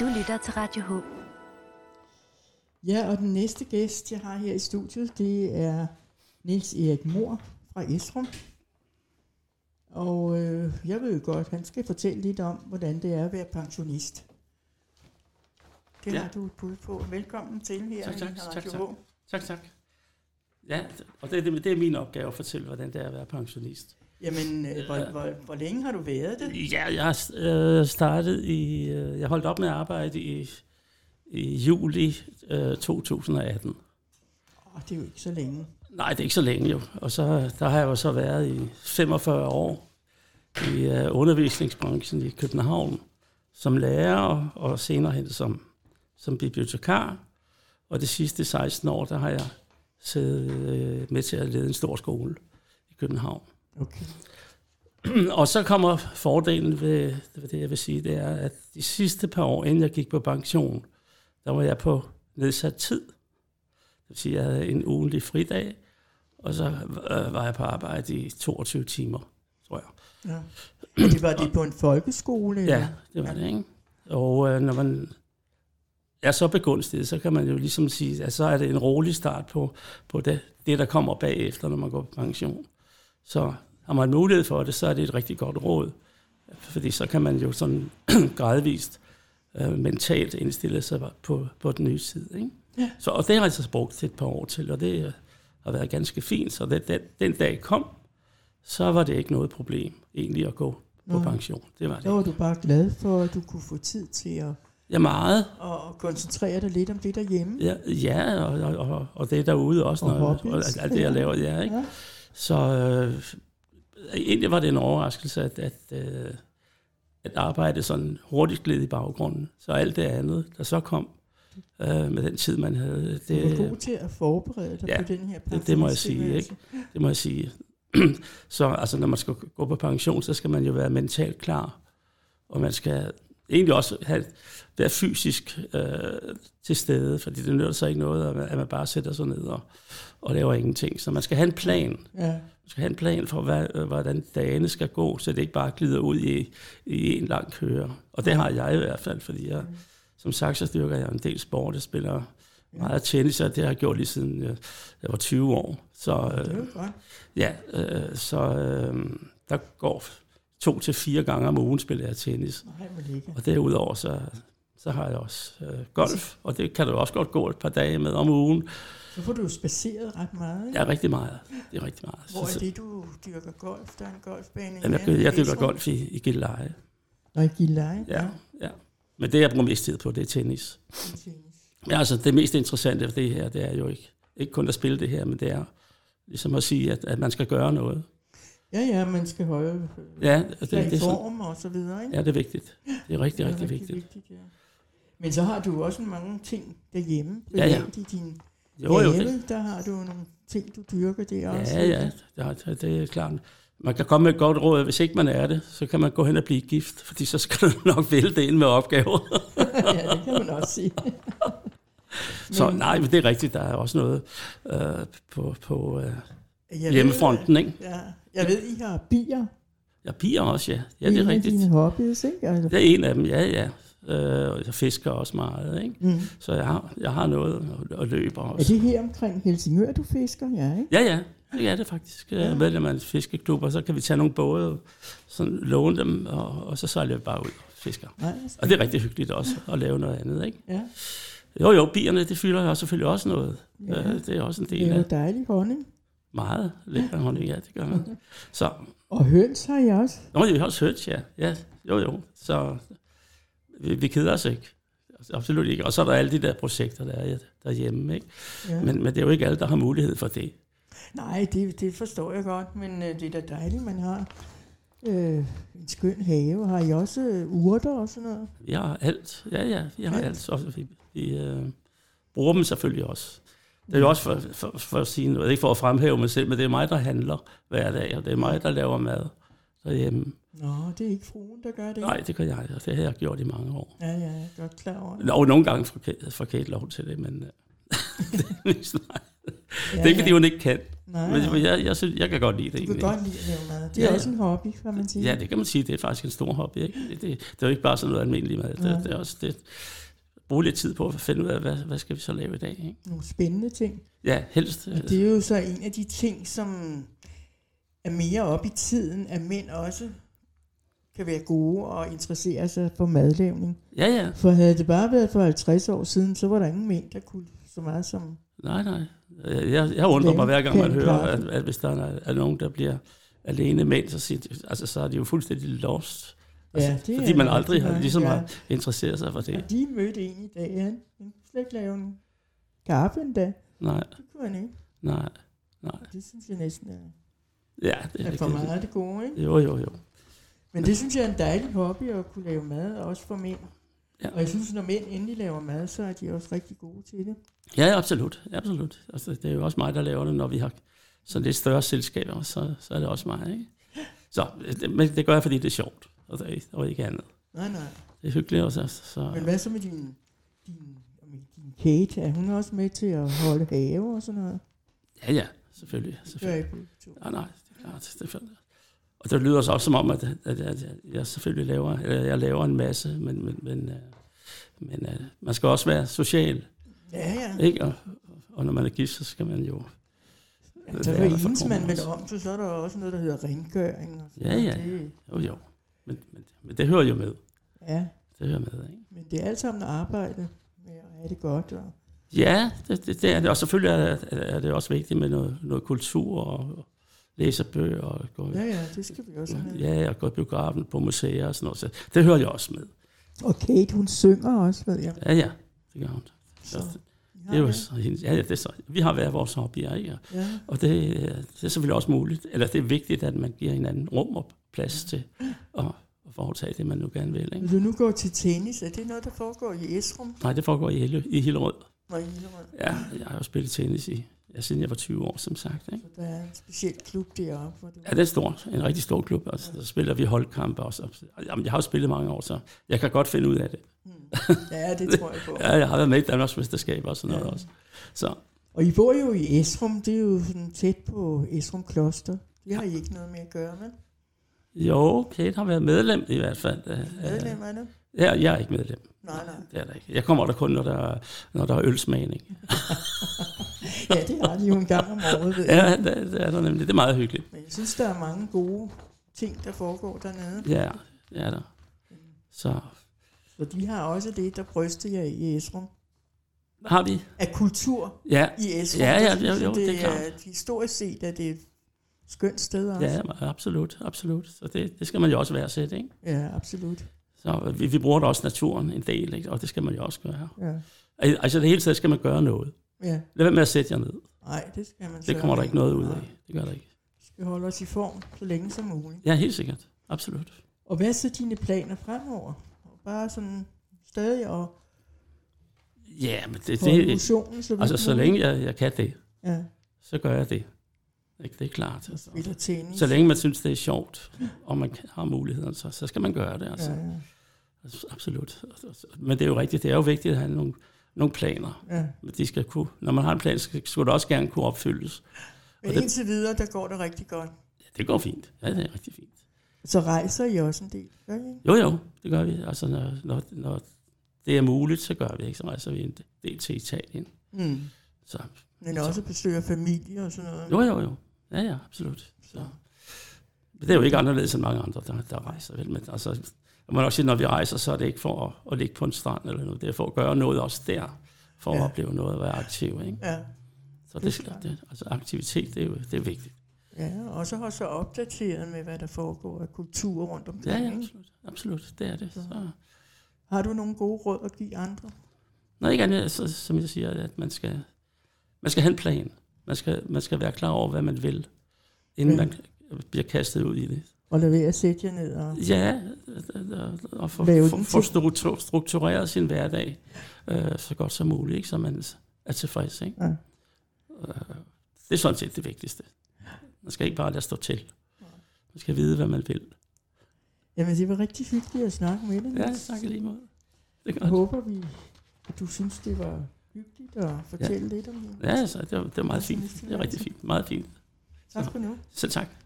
Du lytter til Radio H. Ja, og den næste gæst, jeg har her i studiet, det er Niels Erik Mor fra Esrum. Og øh, jeg ved jo godt, han skal fortælle lidt om, hvordan det er at være pensionist. Det Ja. ja. har du et bud på. Velkommen til her Tak, tak, i tak, Radio tak. H. Tak, tak. Ja, og det, det, det er min opgave at fortælle, hvordan det er at være pensionist. Jamen, øh, hvor, Ja. hvor, hvor længe har du været det? Ja, jeg har øh, startet i... Øh, jeg holdt op med at arbejde i, i juli øh, 2018. Åh, det er jo ikke så længe. Nej, det er ikke så længe jo. Og så, der har jeg jo så været i 45 år i øh, undervisningsbranchen i København, som lærer og senere hen som, som bibliotekar. Og de sidste 16 år, der har jeg siddet øh, med til at lede en stor skole i København. Okay. Øhm, Og så kommer fordelen ved, ved det, jeg vil sige, det er, at de sidste par år, inden jeg gik på pension, der var jeg på nedsat tid. Det vil sige, jeg havde en ugentlig fridag, og så øh, var jeg på arbejde i 22 timer, tror jeg. Ja. Og det var det på en folkeskole? Ja, det var det, ikke? Og øh, når man er så begunstiget, så kan man jo ligesom sige, at så er det en rolig start på, på det, det, der kommer bagefter, når man går på pension. Så har man mulighed for det, så er det et rigtig godt råd. Fordi så kan man jo sådan gradvist øh, mentalt indstille sig på, på den nye side. Ikke? Ja. Så, og det har jeg så brugt et par år til, og det øh, har været ganske fint. Så det, den, den dag kom, så var det ikke noget problem egentlig at gå på Nå. pension. Det var det. Der var du bare glad for, at du kunne få tid til at, Ja, meget. at koncentrere dig lidt om det derhjemme. Ja, ja og, og- og, og det er derude også, Og når, og, og hobbies. alt det, jeg laver. Ja, ikke? Ja. Så øh, egentlig var det en overraskelse, at, at, øh, at arbejde sådan hurtigt gled i baggrunden. Så alt det andet, der så kom øh, med den tid, man havde, Du var det, god til at forberede dig Ja, på den her det, det må jeg sige. pensionstilværelse. Ikke? Det må jeg sige. så altså, når man skal gå på pension, så skal man jo være mentalt klar. Og man skal egentlig også have, være fysisk øh, til stede, fordi det nytter sig ikke noget, at man, at man bare sætter sig ned og, og laver ingenting. Så man skal have en plan. Ja. Man skal have en plan for, hvad, øh, hvordan dagene skal gå, så det ikke bare glider ud i, i en lang køre. Og det har jeg i hvert fald, fordi jeg, som sagt, så dyrker jeg en del sport. Jeg spiller meget tennis, og det har jeg gjort lige siden øh, jeg var 20 år. Så, Det øh, var godt. ja, øh, så øh, der går to til fire gange om ugen spiller jeg tennis. Nej, men ikke. Og derudover så, så har jeg også øh, golf, og det kan du også godt gå et par dage med om ugen. Så får du jo spaceret ret meget. Ikke? Det er rigtig meget. Det er rigtig meget. Hvor er Så- så- det, du dyrker golf? Der er en golfbane. i Jamen, nærheden jeg, jeg af dykker Esrum. golf i, i Gilleleje. Og i Gilleleje. Ja, ja. Men det, jeg bruger mest tid på, det er tennis. Men altså, det mest interessante ved det her, det er jo ikke, ikke kun at spille det her, men det er ligesom at sige, at, at man skal gøre noget. Ja, ja, man skal holde øh, Ja, og det, sig det, i er sådan, form og så videre. Ikke? ja, det er vigtigt. Det er rigtig, er rigtig vigtigt. vigtigt ja. Men så har du jo også mange ting derhjemme. Ja, ja. Privat I din Jo, jo, det, have, der har du nogle ting, du dyrker der også. ja, ja, ja, det- det er klart. Man kan komme med et godt råd, hvis ikke man er det, så kan man gå hen og blive gift, fordi så skal du nok vælte ind med opgaver. ja, det kan man også sige. Så nej, men det er rigtigt, der er også noget øh, på, på øh, Jeg ved, hjemmefronten, ikke? Ja, jeg ved, I har bier. Ja, piger også, ja. Ja, det er en af rigtigt. dine hobbies, ikke? Altså, Det er en af dem, ja, ja. Øh, og jeg fisker også meget, ikke? Mm. Så jeg har, jeg har noget at- at løbe Er også. det her omkring Helsingør, du fisker? Ja, ikke? Ja, ja. Det er det faktisk. Jeg er medlem af en fiskeklub, og så kan vi tage nogle både og sådan låne dem, og, og så sejler vi bare ud og fisker. Nej, altså, Og det er rigtig hyggeligt også at lave noget andet, ikke? ja. Jo, jo, bierne, det fylder jo selvfølgelig også noget. Ja. Ja. Øh, Det er også en Det del er af jo dejlig honning. meget lækker honning, ja, det gør man. Så, Og høns har jeg også. nå, det er også hørt, ja. ja. Jo, jo, så vi, vi keder os ikke. Absolut ikke. Og så er der alle de der projekter, der er derhjemme, ikke? Ja. Men, men det er jo ikke alle, der har mulighed for det. Nej, det, det forstår jeg godt, men øh, det er da dejligt, man har øh, en skøn have. Har I også øh, urter og sådan noget? Vi har alt. Ja, ja, vi har Alt. alt. alt. Og vi, vi øh, bruger dem selvfølgelig også. Det er jo også for, for, for at sige noget, ikke for at fremhæve mig selv, men det er mig, der handler hver dag, og det er mig, der laver mad derhjemme. Nå, det er ikke fruen, der gør det. Nej, det gør jeg, og det har jeg gjort i mange år. Ja, ja, jeg er godt klar over det. Og nogle gange får Kate, får Kate lov til det, men øh, det er mest mig. Det er ikke, fordi hun ikke kan. Nej, Men nej. jeg, jeg, jeg, synes, jeg kan godt lide det Du kan egentlig. godt lide at lave mad. Det er Ja, ja. også en hobby, kan man sige. Ja, det kan man sige. Det er faktisk en stor hobby. Ikke? Det, det, det er jo ikke bare sådan noget almindeligt mad. Nej. Det, det er også det. Bruge lidt tid på at finde ud af, hvad, hvad skal vi så lave i dag. Ikke? Nogle spændende ting. Ja, helst. Og det er jo så en af de ting, som er mere op i tiden, at mænd også kan være gode og interessere sig for madlavning. Ja, ja. For havde det bare været for 50 år siden, så var der ingen mænd, der kunne så meget som... Nej, nej. Øh, Jeg, jeg undrer Hvem mig hver gang, man kan hører, klare at, at hvis der er, er nogen, der bliver alene mænd, så, siger, de- altså, så er de jo fuldstændig lost. Altså, Ja, det fordi er man rigtig aldrig har nok, ligesom ja. har interesseret sig for det. Og de mødte en i dag, han kunne slet ikke lave en kaffe endda. Nej, Det kunne han ikke. nej. Det synes jeg næsten er, Ja, det er er for rigtigt. meget af det gode, ikke? Jo, jo, jo. Men det synes jeg er en dejlig hobby at kunne lave mad, også for mænd. Ja. Og jeg synes, når mænd endelig laver mad, så er de også rigtig gode til det. Ja, absolut. absolut. Altså, det er jo også mig, der laver det, når vi har sådan lidt større selskaber, så, så er det også mig. Ikke? Så, det, men det gør jeg, fordi det er sjovt, og, det, og ikke andet. Nej, nej. Det er hyggeligt også. altså, Men Så, hvad så med din, din, med din Kate? Er hun også med til at holde have og sådan noget? ja, ja, selvfølgelig. Det gør selvfølgelig. I begge to. Ah, Nej, nej, det er klart. Det er klart. Og det lyder så også som om, at, at, at jeg- jeg selvfølgelig laver, eller jeg laver en masse, men, men, men, øh, men øh, man skal også være social, Ja, ja. ikke? Og, og når man er gift, så skal man jo... ja så det er der for for enes man kroner vel også. om, for så er der også noget, der hedder rengøring. Og sådan Ja, noget. ja. Det, Jo, jo. Men, men, men det hører jo med. ja, Det hører med, ikke? men det er alt sammen arbejde med at have det godt. Og, Ja, det, det, det er det. Og selvfølgelig er, er- er det også vigtigt med noget, noget kultur og læserbøger og gå, ja, ja, det skal vi også have. ja, og gå i biografen på museer og sådan noget. Så det hører jeg også med. Og Kate, hun synger også, ved jeg. Ja, ja, det gør hun. Så, ja, Det er jo så, hendes- ja, ja, det er så, vi har hver vores hobbyer, ikke? Ja, Og det, øh, det er selvfølgelig også muligt, eller det er vigtigt, at man giver hinanden rum og plads til at, at foretage det, man nu gerne vil. Ikke? Vil du nu gå til tennis? Er det noget, der foregår i Esrum? Nej, det foregår i, Helle, i Hillerød. Og i Hillerød? Ja, jeg har jo spillet tennis i, ja, siden jeg var 20 år, som sagt. Ikke? Så der er en speciel klub deroppe, hvor du... Ja, det er stort. En rigtig stor klub. Altså, der spiller vi holdkampe også. Jamen, jeg har jo spillet mange år, så jeg kan godt finde ud af det. Hmm. Ja, det tror jeg på. Ja, jeg har været med i Danmarks Mesterskab og sådan noget Ja. også. Så Og I bor jo i Esrum, det er jo sådan tæt på Esrum Kloster. Det har I ikke noget med at gøre med. jo, Kate har været medlem i hvert fald. af- af- Medlemmerne? Ja, jeg er ikke medlem. Nej, nej. Det er der ikke. Jeg kommer der kun, når der, er- når der er ølsmagning. Ja, det har de jo en gang om året, ved jeg. Ja, det, det er der nemlig. Det er meget hyggeligt. Men jeg synes, der er mange gode ting, der foregår dernede. Ja, det er der. Så Så de har også det, der bryster jeg i Esrum. har vi. Af kultur Ja, i Esrum. Ja, ja, der synes jo, jeg, jo, det er er historisk set er det et skønt sted også. ja absolut, absolut. Så det, det skal man jo også værdsætte, ikke? ja absolut. Så vi, vi bruger da også naturen en del, ikke? og det skal man jo også gøre. Ja. Al- Altså det hele taget skal man gøre noget. ja. Lad være med at sætte jer ned. Nej, det skal man Det sørge kommer der ikke noget ud af. Nej, Det gør der ikke. Vi holder os i form så længe som muligt. Ja, helt sikkert. Absolut. Og hvad er så dine planer fremover? Og bare sådan stadig og Ja, men det, holde det motionen så vidt altså så muligt? længe jeg, jeg kan det, Ja, så gør jeg det. Ikke? Det er klart. Altså. spiller tennis. Så længe man synes, det er sjovt, og man kan- har muligheden, så, så skal man gøre det. Altså. Ja, ja. Altså, Absolut. Men det er jo rigtigt. Det er jo vigtigt at have nogle, nogle planer. ja. Men De skal kunne, når man har en plan, skal, skulle det også gerne kunne opfyldes. Men Og det- indtil videre, der går det rigtig godt. Ja, det går fint. Ja, det er rigtig fint. Så rejser I også en del, gør I? ikke? Jo, jo, det gør vi. Altså, når, når, når det er muligt, så gør vi ikke. Så rejser vi en del til Italien. Mm. Så, Men også besøger familie og sådan noget. jo, jo, jo. Ja, ja, absolut. Så. Men det er jo ikke anderledes end mange andre, der, der rejser. Vel? Men altså, jeg må nok sige, når vi rejser, så er det ikke for at, at ligge på en strand eller noget. Det er for at gøre noget også der, for at Ja. opleve noget og være aktiv. Ikke? Ja. Så Det er det, skal, klart. det, altså aktivitet, det er, jo, det er vigtigt. ja, og så har så opdateret med, hvad der foregår af kultur rundt Ja, omkring. ja, ikke? absolut. Absolut, det er det. Så, Har du nogle gode råd at give andre? når ikke andet, så, som jeg siger, at man skal, man skal have en plan. Man skal, man skal være klar over, hvad man vil, inden Ja. man bliver kastet ud i det. Og lad være at sætte jer ned og... Ja, og få Lave for, den for til. struktu- struktureret sin hverdag øh, så godt som muligt, ikke? så man er tilfreds. Ikke? Ja. Øh, det er sådan set det vigtigste. Man skal ikke bare lade stå til. Man skal vide, hvad man vil. Jamen, det var rigtig hyggeligt at snakke med dig. Ja, Niels. tak i lige måde. Det er Jeg godt. håber, vi, at du synes, det var hyggeligt at fortælle ja. lidt om det. Ja, altså, det var, det var meget fint. Det er rigtig fint. Meget fint. Tak for nu. Så tak.